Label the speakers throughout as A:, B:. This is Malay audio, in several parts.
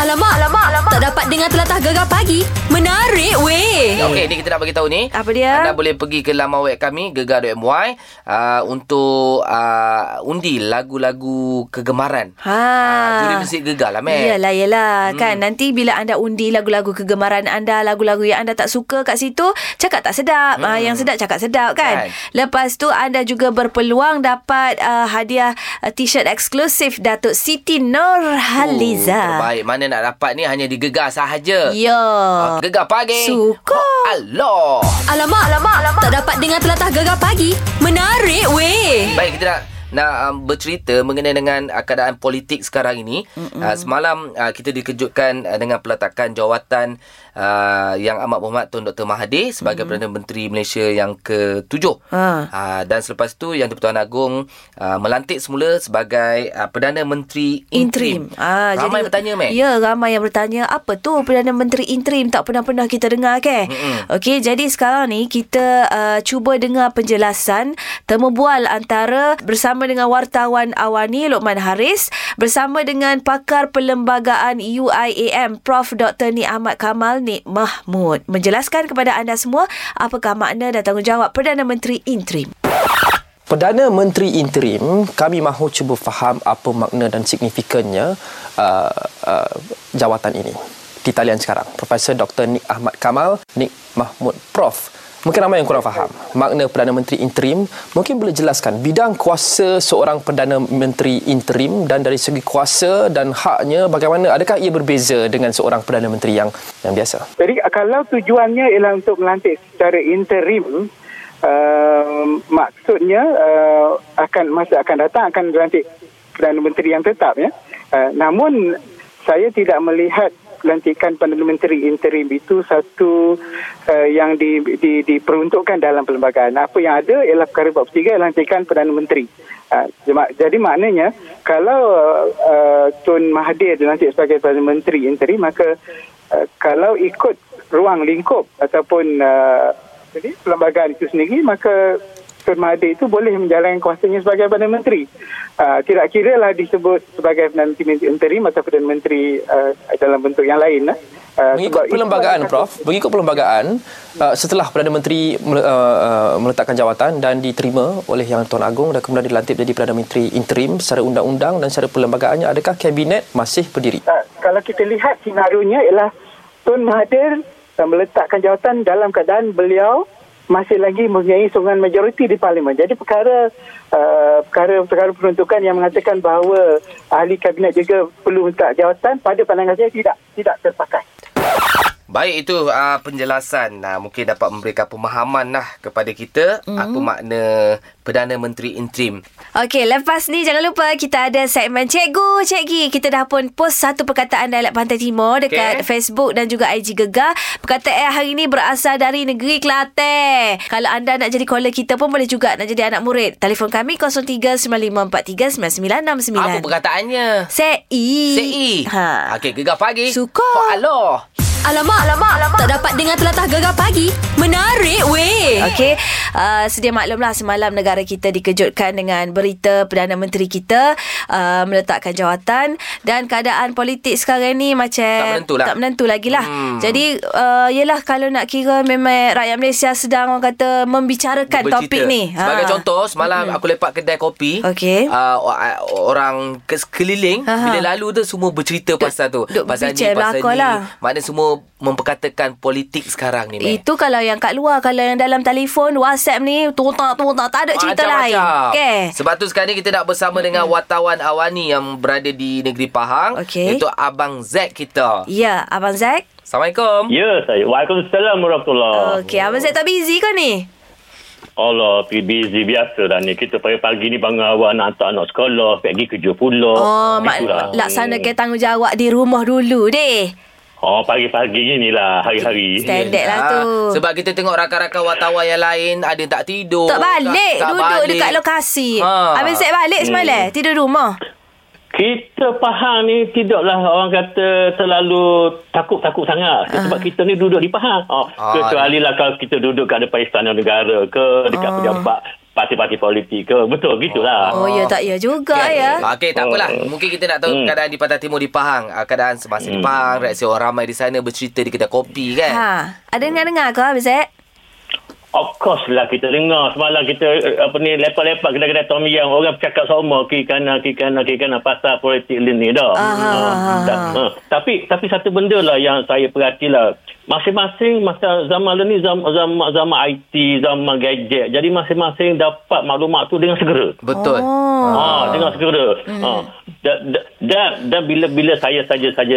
A: Alamak, alamak, alamak. Tak dapat dengar telatah gegar pagi. Menarik weh.
B: Okey, ni kita nak bagi tahu ni.
C: Eh. Apa dia?
B: Anda boleh pergi ke laman web kami gegar.my uh, untuk uh, undi lagu-lagu kegemaran.
C: Ha.
B: Ah, juri muzik gegar lah, Mac.
C: Yalah, yalah. Hmm. Kan nanti bila anda undi lagu-lagu kegemaran anda, lagu-lagu yang anda tak suka kat situ, cakap tak sedap. Hmm. Ha, yang sedap cakap sedap kan.
B: Kan.
C: Lepas tu anda juga berpeluang dapat uh, hadiah uh, t-shirt eksklusif Datuk Siti
B: Oh,
C: Nurhaliza.
B: terbaik. Mana nak dapat ni hanya di gegar sahaja.
C: Ya.
B: Ah, Gegar pagi.
C: Suka.
B: Allah.
A: Alamak, alamak, alamak. Tak dapat dengar telatah gegar pagi. Menarik weh.
B: Baik, kita nak nak um, bercerita mengenai dengan uh, keadaan politik sekarang ini. Uh, semalam uh, kita dikejutkan uh, dengan peletakan jawatan uh, yang amat berhormat Tun Dr Mahathir sebagai Perdana Menteri Malaysia yang ke-7.
C: Ha.
B: Uh, dan selepas tu yang Di-Pertuan Agong uh, melantik semula sebagai uh, Perdana Menteri interim.
C: Interim. Ah,
B: Ramai bertanya, Mac.
C: Ya, ramai yang bertanya apa tu Perdana Menteri interim tak pernah-pernah kita dengar ke?
B: Mm-mm.
C: Okey, jadi sekarang ni kita uh, cuba dengar penjelasan temubual antara bersama dengan wartawan awani Lokman Haris bersama dengan pakar perlembagaan UIAM Prof Dr. Ni Ahmad Kamal Nik Mahmud menjelaskan kepada anda semua apakah makna dan tanggungjawab Perdana Menteri interim.
D: Perdana Menteri interim, kami mahu cuba faham apa makna dan signifikannya uh, uh, jawatan ini. Di talian sekarang, Profesor Dr. Nik Ahmad Kamal, Nik Mahmud Prof. Mungkin ramai yang kurang faham makna Perdana Menteri interim. Mungkin boleh jelaskan bidang kuasa seorang Perdana Menteri interim dan dari segi kuasa dan haknya bagaimana adakah ia berbeza dengan seorang Perdana Menteri yang yang biasa?
E: Jadi uh, kalau tujuannya ialah untuk melantik secara interim, uh, maksudnya uh, akan masa akan datang akan dilantik Perdana Menteri yang tetap ya. Uh, namun saya tidak melihat pelantikan Perdana Menteri interim itu satu uh, yang di, di, diperuntukkan dalam perlembagaan. Apa yang ada ialah perkara bab 3 lantikan Perdana Menteri. Ha, jadi maknanya kalau uh, Tun Mahathir dilantik sebagai Perdana Menteri interim maka uh, kalau ikut ruang lingkup ataupun uh, jadi perlembagaan itu sendiri maka Tun Mahathir itu boleh menjalankan kuasanya sebagai Perdana Menteri. Uh, tidak kiralah disebut sebagai Perdana Menteri interim atau Perdana Menteri uh, dalam bentuk yang lain. eh. Uh, sebab
D: Mengikut
E: itu
D: perlembagaan
E: adalah-
D: Prof, mengikut perlembagaan uh, setelah Perdana Menteri mele- uh, uh, meletakkan jawatan dan diterima oleh Yang Tuan Agong dan kemudian dilantik menjadi Perdana Menteri interim secara undang-undang dan secara perlembagaannya adakah kabinet masih berdiri?
E: Uh, kalau kita lihat senarionya ialah Tun Mahathir uh, meletakkan jawatan dalam keadaan beliau masih lagi mempunyai sokongan majoriti di parlimen. Jadi perkara uh, perkara perkara peruntukan yang mengatakan bahawa ahli kabinet juga perlu letak jawatan pada pandangan saya tidak tidak terpakai.
B: Baik itu uh, penjelasan uh, mungkin dapat memberikan pemahaman lah kepada kita mm. apa makna Perdana Menteri interim.
C: Okey, lepas ni jangan lupa kita ada segmen Cikgu, Cikgi. Kita dah pun post satu perkataan dialek Pantai Timur dekat
B: Okey.
C: Facebook dan juga IG Gegar. Perkataan hari ni berasal dari negeri Kelantan. Kalau anda nak jadi caller kita pun boleh juga nak jadi anak murid. Telefon kami 0395439969.
B: Apa perkataannya?
C: Sei.
B: CI.
C: Ha.
B: Okey, gegar pagi.
C: Suka.
B: Oh, aloh.
A: Alamak, alamak, alamak. Tak dapat dengar telatah gegar pagi. Menarik weh.
C: Okey, uh, sedia maklumlah semalam negara kita dikejutkan dengan berita Perdana Menteri kita uh, meletakkan jawatan dan keadaan politik sekarang ni macam
B: Tak menentu lah.
C: Tak menentu lagi lah. Hmm.
B: Hmm.
C: Jadi, uh, yelah kalau nak kira memang rakyat Malaysia sedang orang kata membicarakan
B: Bercerita.
C: Kan topik ni.
B: Sebagai
C: Ha.
B: contoh, semalam aku lepak kedai kopi.
C: Okey.
B: Uh, o- a- orang ke sekeliling
C: Aha.
B: bila lalu tu semua bercerita pasal tu.
C: duk
B: pasal ni,
C: bicara
B: pasal
C: belakang
B: ni.
C: lah.
B: Maknanya semua memperkatakan politik sekarang ni. Mac.
C: Itu kalau yang kat luar Kalau yang dalam telefon WhatsApp ni Tuntak-tuntak Tak ada cerita lain
B: Macam-macam.
C: Okey.
B: Sebab tu sekarang ni kita nak bersama dengan wartawan awani yang berada di negeri Pahang.
C: Okey.
B: Itu Abang Zack kita.
C: Ya Abang Zack
B: Assalamualaikum.
F: Ya, saya. Waalaikumsalam warahmatullahi.
C: Okey Abang Zack tak busy ke ni?
F: Allah, pergi busy biasa dah ni. Kita pagi-pagi ni bangun awal nak hantar anak sekolah, pergi kerja pula.
C: Oh, mak
F: Itulah.
C: laksanakan tanggungjawab di rumah dulu deh.
F: Oh, pagi-pagi ni lah hari-hari.
C: Standard lah
B: Ah,
C: tu.
B: Sebab kita tengok rakan-rakan wartawan yang lain ada yang tak tidur.
C: Oh, Tak balik, tak, duduk balik. dekat lokasi. Ha. Habis set balik semalam, hmm. tidur rumah.
F: Kita Pahang ni tidaklah orang kata terlalu takut-takut sangat.
C: Ah.
F: Sebab kita ni duduk di Pahang. Oh,
B: Ah.
F: kecuali lah kalau kita duduk kat depan istana negara ke, dekat pejabat parti-parti politik ke. Betul,
C: Ah.
F: gitulah.
C: Oh, ya tak ya juga ya.
B: Okey, tak apalah. Mungkin kita nak tahu
F: Hmm.
B: keadaan di Pantai Timur di Pahang. Ah, Keadaan semasa di Pahang, reaksi orang ramai di sana bercerita di kedai kopi kan.
C: Ha, ada dengar-dengar ke Abang Zaid?
F: Of course lah kita dengar semalam kita eh, apa ni lepak-lepak kedai-kedai Tom Yum orang bercakap semua kiri kanan kiri kanan kiri kanan pasal politik dia ni dah.
C: Aha.
F: Ah, tak, ah. Tapi tapi satu benda lah yang saya perhatilah masing-masing masa zaman dia ni zaman zaman, zaman IT zaman gadget jadi masing-masing dapat maklumat tu dengan segera.
B: Betul.
C: Oh.
F: Ah, dengan segera. Hmm. Ah. Dan, dan- dan, dan bila bila saya saja saja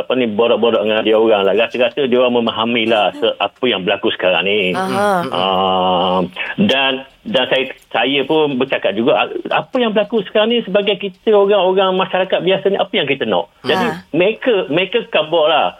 F: apa ni borak-borak dengan dia orang lah. Rasa-rasa dia orang memahami lah se- apa yang berlaku sekarang ni.
C: Aha.
F: Ah, dan dan saya saya pun bercakap juga apa yang berlaku sekarang ni sebagai kita orang-orang masyarakat biasa ni apa yang kita nak. Jadi
C: Ha.
F: mereka mereka kabur lah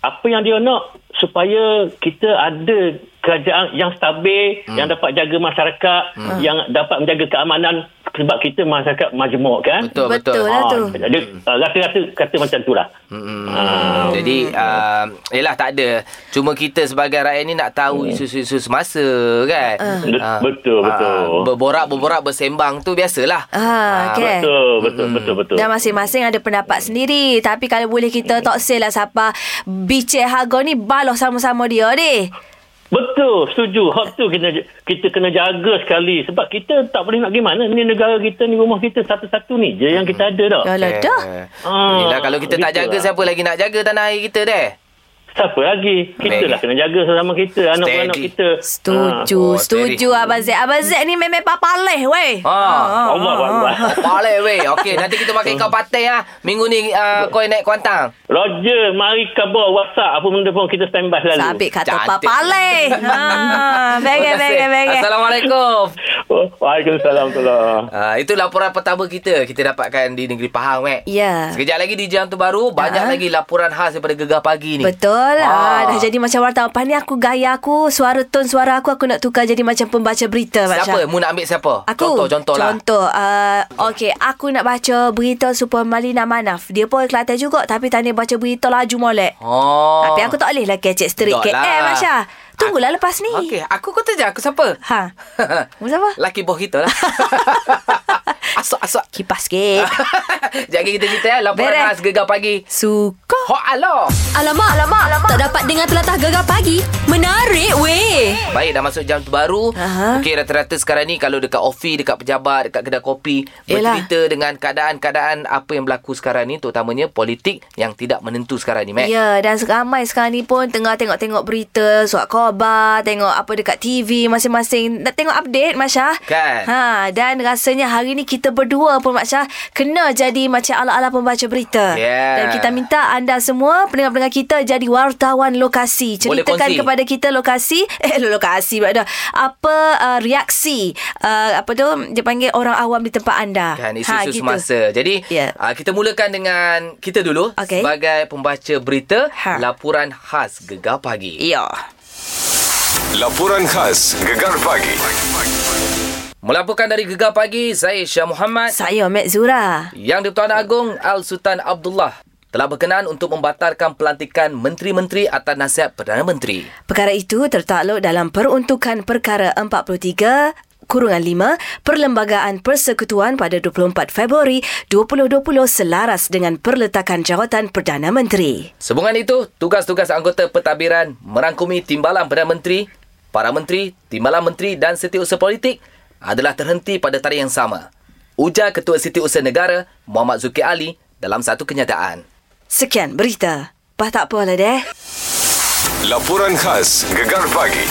F: apa yang dia nak supaya kita ada kerajaan yang stabil hmm. yang dapat jaga masyarakat hmm. yang dapat menjaga keamanan sebab kita masyarakat majmuk kan
B: Betul, betul.
C: Betul lah tu.
F: jadi uh, rata-rata kata macam tu lah hmm.
B: Hmm. Jadi uh, Yelah tak ada Cuma kita sebagai rakyat ni Nak tahu isu-isu semasa kan
F: Hmm. Bet-
B: Ah,
F: betul, betul.
B: ah, Berborak-borak bersembang tu biasalah
C: Ah, okey.
F: betul betul
B: Hmm.
F: betul betul
C: Dan masing-masing ada pendapat sendiri. Tapi kalau boleh kita tak sel lah siapa bicik harga ni balas sama-sama dia deh.
F: Betul, setuju. Hak tu kita kita kena jaga sekali sebab kita tak boleh nak pergi mana. Ni negara kita ni rumah kita satu-satu ni je yang kita ada dah.
C: Yalah
B: Eh,
C: dah.
F: Ah,
B: Yelah kalau kita tak
F: gitu
B: jaga
F: lah.
B: Siapa lagi nak jaga tanah air kita deh
F: Siapa lagi?
B: Baik.
F: Kita lah kena jaga sesama kita, anak-anak
B: Steady.
F: kita.
C: Setuju,
B: Ah, oh,
C: setuju
B: steady.
C: Abang Zaid. Abang Zaid ni memang papaleh weh.
B: Ah,
F: Ah, Allah Allah.
B: Boleh weh Okey nanti kita pakai kau patai ah. Minggu ni uh, Kau naik kuantang
F: Roger, mari kabar WhatsApp apa benda pun kita standby selalu.
C: Sabit kata
B: Cantik.
C: papaleh. Ha,
B: Terima
C: bege
B: kasih.
C: bege bege.
B: Assalamualaikum
F: Wa- Oh, Waalaikumsalam. salam.
B: Ah, itu laporan pertama kita kita dapatkan di negeri Pahang, Mek.
C: Ya.
B: Sekejap lagi di Jam tu baru banyak
C: Ya.
B: lagi laporan khas daripada Gegar pagi ni.
C: Betul
B: Ah.
C: ah. Dah jadi macam wartawan Pandai aku gaya aku Suara tone suara aku Aku nak tukar jadi macam pembaca berita Mak
B: Siapa?
C: Syah.
B: Mu nak ambil siapa?
C: Aku
B: Contoh-contoh lah.
C: Contoh uh, Okay Aku nak baca berita Super Malina Manaf Dia pun Kelantan juga Tapi tanya baca berita Laju molek oh.
B: Oh.
C: Tapi aku tak boleh lah Kecek straight
B: Tak
C: KL
B: lah.
C: Mak Syah Tunggulah lepas ni
B: Okey, aku kau je aku siapa?
C: Ha Mu siapa?
B: Laki boh kita lah. asok asok.
C: Kipas sikit
B: Jangan kita cerita eh laporan
C: Beres.
B: khas Gegar pagi.
C: Suka
B: Ho alo.
A: Alamak, alamak, alamak. Tak dapat dengar telatah gegar pagi. Menarik weh.
B: Baik dah masuk jam tu baru
C: Aha.
B: Okey rata-rata sekarang ni Kalau dekat ofis Dekat pejabat Dekat kedai kopi
C: Yelah.
B: Bercerita dengan keadaan-keadaan Apa yang berlaku sekarang ni Terutamanya politik Yang tidak menentu sekarang ni Mac
C: Ya, dan ramai sekarang ni pun tengah tengok-tengok berita, surat khabar, tengok apa dekat TV masing-masing. Nak tengok update, Masya.
B: Kan.
C: Ha, dan rasanya hari ni kita berdua pun, Masya, kena jadi macam ala-ala pembaca berita.
B: Yeah.
C: Dan kita minta anda semua, pendengar-pendengar kita jadi wartawan lokasi.
B: Boleh
C: Ceritakan
B: kongsi.
C: kepada kita lokasi, eh lokasi pula dah. Apa uh, reaksi, uh, apa tu, dia panggil orang awam di tempat anda. Ha,
B: Kan
C: gitu.
B: isu-isu semasa Jadi
C: Ya.
B: uh, kita mulakan dengan Kita dulu
C: Okey.
B: Sebagai pembaca berita
C: Ha.
B: Laporan khas Gegar Pagi
C: Ya.
G: Laporan khas Gegar Pagi.
B: Melaporkan dari Gegar Pagi Saya Syah Muhammad
C: Saya Mek Zura.
B: Yang di-Pertuan Agong Al-Sultan Abdullah telah berkenan untuk membatalkan pelantikan menteri-menteri atas nasihat Perdana Menteri.
C: Perkara itu tertakluk dalam peruntukan perkara 43 kurungan 5 Perlembagaan Persekutuan pada 24 Februari 2020 selaras dengan perletakan jawatan Perdana Menteri.
B: Sehubungan itu, tugas-tugas anggota pentadbiran merangkumi timbalan Perdana Menteri, para menteri, timbalan menteri dan setiausaha politik adalah terhenti pada tarikh yang sama. Ujar Ketua Setiausaha Negara Muhammad Zuki Ali dalam satu kenyataan.
C: Sekian berita. Bah tak apalah deh.
G: Laporan khas Gegar Pagi.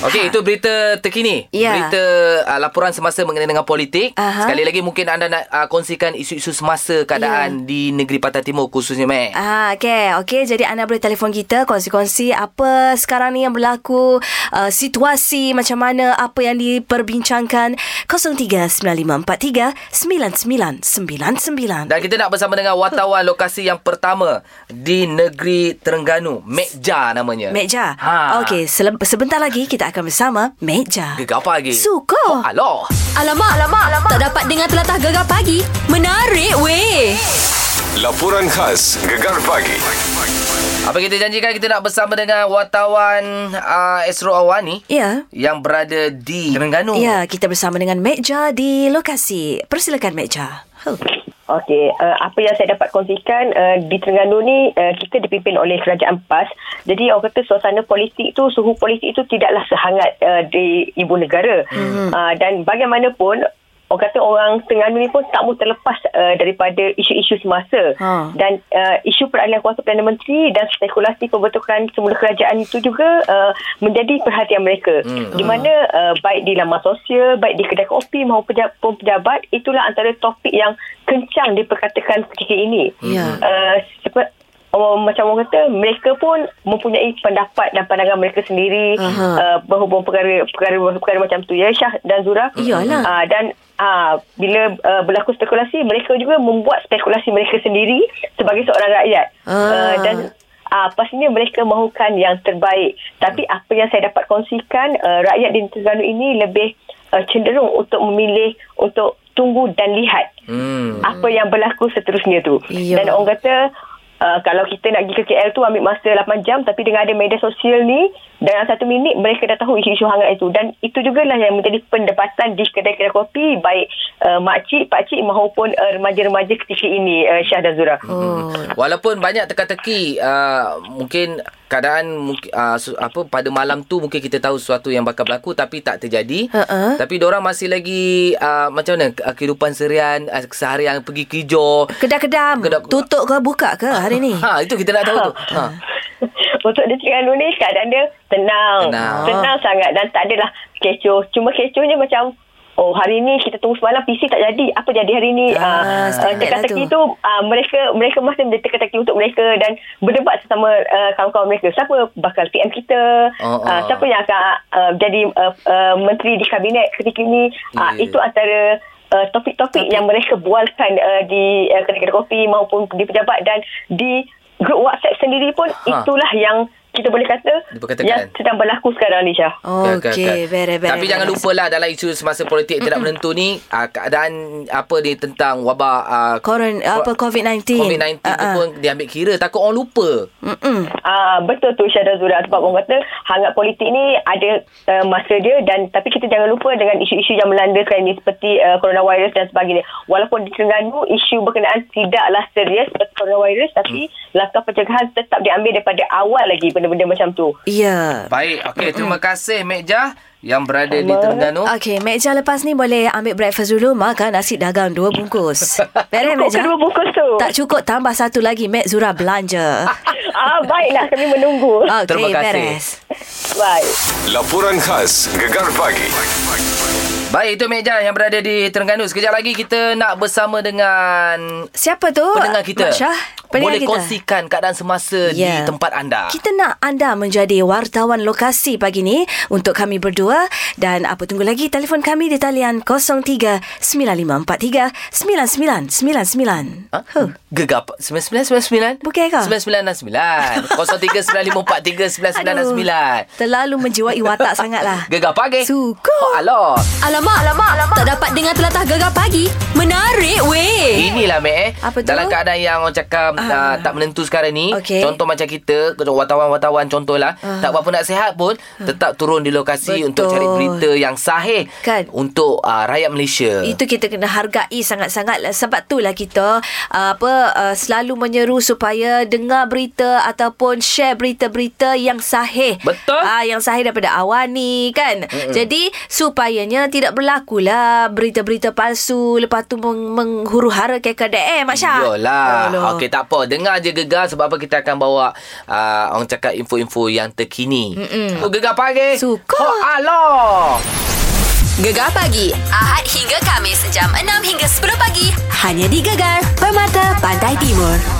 B: Okey, itu berita terkini.
C: Ha. Ya.
B: Berita uh, laporan semasa mengenai dengan politik.
C: Aha.
B: Sekali lagi mungkin anda nak uh, kongsikan isu-isu semasa keadaan di negeri Pantai Timur khususnya,
C: Ya.
B: Mek.
C: Ah, okay, okay. Jadi anda boleh telefon kita kongsi-kongsi apa sekarang ni yang berlaku, uh, situasi macam mana, apa yang diperbincangkan. 0395439999.
B: Dan kita nak bersama dengan wartawan lokasi yang pertama di negeri Terengganu, Mekja namanya.
C: Meja.
B: Ha.
C: Okey, sele- sebentar lagi kita akan bersama Meja.
B: Gegar pagi. Oh,
C: Suka.
B: aloh.
A: Alamak, alamak, alamak. Tak dapat dengar telatah gegar pagi. Menarik weh.
G: Laporan khas Gegar Pagi.
B: Apa kita janjikan kita nak bersama dengan wartawan uh, Esro Awani
C: Ya.
B: yang berada di Terengganu.
C: Ya, kita bersama dengan Meja di lokasi. Persilakan Meja. Oh.
H: Okey, uh, apa yang saya dapat kongsikan uh, di Terengganu ni uh, kita dipimpin oleh kerajaan PAS. Jadi orang kata suasana politik tu, suhu politik tu tidaklah sehangat uh, di ibu negara. Hmm. Uh, dan bagaimanapun orang kata orang Terengganu ni pun tak mahu terlepas uh, daripada isu-isu semasa.
C: Ha.
H: Ha. Dan uh, isu peralihan kuasa Perdana Menteri dan spekulasi pembentukan semula kerajaan itu juga uh, menjadi perhatian mereka. Hmm. Di mana uh, baik di laman sosial, baik di kedai kopi maupun peja- pun pejabat, itulah antara topik yang kencang diperkatakan ketika ini.
C: Ya.
H: Uh, sepe- Oh, macam orang kata mereka pun mempunyai pendapat dan pandangan mereka sendiri
C: Aha.
H: uh, berhubung perkara, perkara perkara macam tu ya Syah dan Zura
C: Iyalah.
H: Ah, dan ah, bila ah, berlaku spekulasi, mereka juga membuat spekulasi mereka sendiri sebagai seorang rakyat.
C: Ah.
H: Ah, dan ah, pastinya mereka mahukan yang terbaik. Tapi apa yang saya dapat kongsikan, ah, rakyat di Terengganu ini lebih ah, cenderung untuk memilih untuk tunggu dan lihat
B: Hmm.
H: apa yang berlaku seterusnya tu.
C: Ya.
H: Dan orang kata uh, kalau kita nak pergi ke KL tu ambil masa 8 jam tapi dengan ada media sosial ni dalam satu minit mereka dah tahu isu-isu hangat itu dan itu jugalah yang menjadi pendapatan di kedai-kedai kopi baik uh, makcik, pakcik maupun uh, remaja-remaja ketika ini uh, Syah dan Zura.
C: Oh.
B: Walaupun banyak teka-teki uh, mungkin keadaan mungkin uh, su- apa pada malam tu mungkin kita tahu sesuatu yang bakal berlaku tapi tak terjadi.
C: Ha-ha.
B: Tapi diorang masih lagi uh, macam mana uh, kehidupan serian uh, seharian pergi kijau.
C: Kedam-kedam.
B: Kedam-
C: Tutup ke buka ke hari ni?
B: Ha itu kita nak tahu tu. Ha.
H: Untuk di Terengganu ni keadaan dia tenang.
B: Tenang.
H: Tenang sangat dan tak adalah kecoh. Cuma kecohnya macam Oh hari ni kita tunggu semalam PC tak jadi apa jadi hari ni
C: Ah,
H: ah uh,
C: standard lah
H: teka-teki
C: tu.
H: tu uh, mereka mereka masih menjadi teka-teki untuk mereka dan berdebat sesama uh, kawan-kawan mereka siapa bakal PM kita
B: Oh,
H: oh,
B: oh.
H: uh, siapa yang akan uh, jadi uh, uh, menteri di kabinet ketika ini
B: Yeah.
H: uh, itu antara uh, topik-topik yang mereka bualkan uh, di uh, kedai-kedai kopi maupun di pejabat dan di grup WhatsApp sendiri pun
B: Ha.
H: itulah yang kita boleh kata
B: Diperkatakan.
H: yang sedang berlaku sekarang ni Syah.
B: Kan, kan, kan.
C: Okey, very, very.
B: Tapi jangan
C: very.
B: lupa lah dalam isu semasa politik tidak menentu ni uh, keadaan apa ni tentang wabak uh,
C: Koron apa COVID-19.
B: COVID-19 uh-uh. tu
C: Ah, ah.
B: pun diambil kira takut orang lupa.
C: Mm-mm.
B: Hmm.
H: Ah betul tu Syah dan Zura sebab orang kata hangat politik ni ada uh, masa dia dan tapi kita jangan lupa dengan isu-isu yang melanda sekarang ni seperti uh, coronavirus dan sebagainya. Walaupun di Terengganu isu berkenaan tidaklah serius seperti coronavirus tapi
B: Hmm.
H: langkah pencegahan tetap diambil daripada awal lagi benda-benda macam tu.
C: Ya.
B: Baik, okey terima kasih Mek Jah yang berada di
H: Sama.
B: Terengganu.
C: Okey, Mek Jah lepas ni boleh ambil breakfast dulu makan nasi dagang dua bungkus. Beres
H: Cukup
C: Mek Jah?
H: kedua bungkus tu.
C: Tak cukup tambah satu lagi Mek Zura belanja.
H: ah baiklah kami menunggu.
C: Okey,
B: Terima kasih.
C: beres.
H: Bye.
G: Laporan khas Gegar Pagi.
B: Baik, itu Mek Jah yang berada di Terengganu. Sekejap lagi kita nak bersama dengan
C: Siapa tu?
B: pendengar kita.
C: Mak Syah? Pendengar
B: Boleh
C: kita.
B: kongsikan keadaan semasa
C: Ya.
B: di tempat anda.
C: Kita nak anda menjadi wartawan lokasi pagi ni untuk kami berdua dan apa tunggu lagi telefon kami di talian 03 9543 9999.
B: Ha? Gegar pa- 9999
C: Bukan ke?
B: 9969 0395439969
C: Terlalu menjiwai watak lah. sangatlah.
B: Gegar pagi
C: Suka.
B: Oh aloh
A: Alamak, alamak, alamak. Tak dapat dengar telatah gegar pagi. Menarik weh.
B: Inilah Mek eh
C: Apa tu? Ah.
B: Dalam keadaan yang orang cakap uh, Tak menentu sekarang ni
C: Okey. Ah.
B: Contoh macam kita Wartawan-wartawan contohlah uh. Tak berapa nak sihat pun Tetap turun di lokasi
C: Betul.
B: Untuk cari berita yang sahih
C: Kan.
B: Untuk uh, rakyat Malaysia
C: Itu kita kena hargai sangat-sangat lah. sebab itulah kita uh, apa uh, selalu menyeru supaya dengar berita ataupun share berita-berita yang sahih.
B: Betul.
C: Ah uh, yang sahih daripada awal ni kan. Mm-mm. Jadi supayanya tidak berlakulah berita-berita palsu lepas tu meng- menghuru-hara ke kedai eh Mak Syah.
B: Yolah
C: Aduh.
B: Okey tak apa Dengar je gegar Sebab apa kita akan bawa uh, Orang cakap info-info yang terkini Mm-mm. Gegar pagi
C: Suka.
B: Oh aloh
A: Gegar pagi. Ahad hingga Kamis. Jam 6 hingga 10 pagi. Hanya di Gegar. Permata Pantai Timur.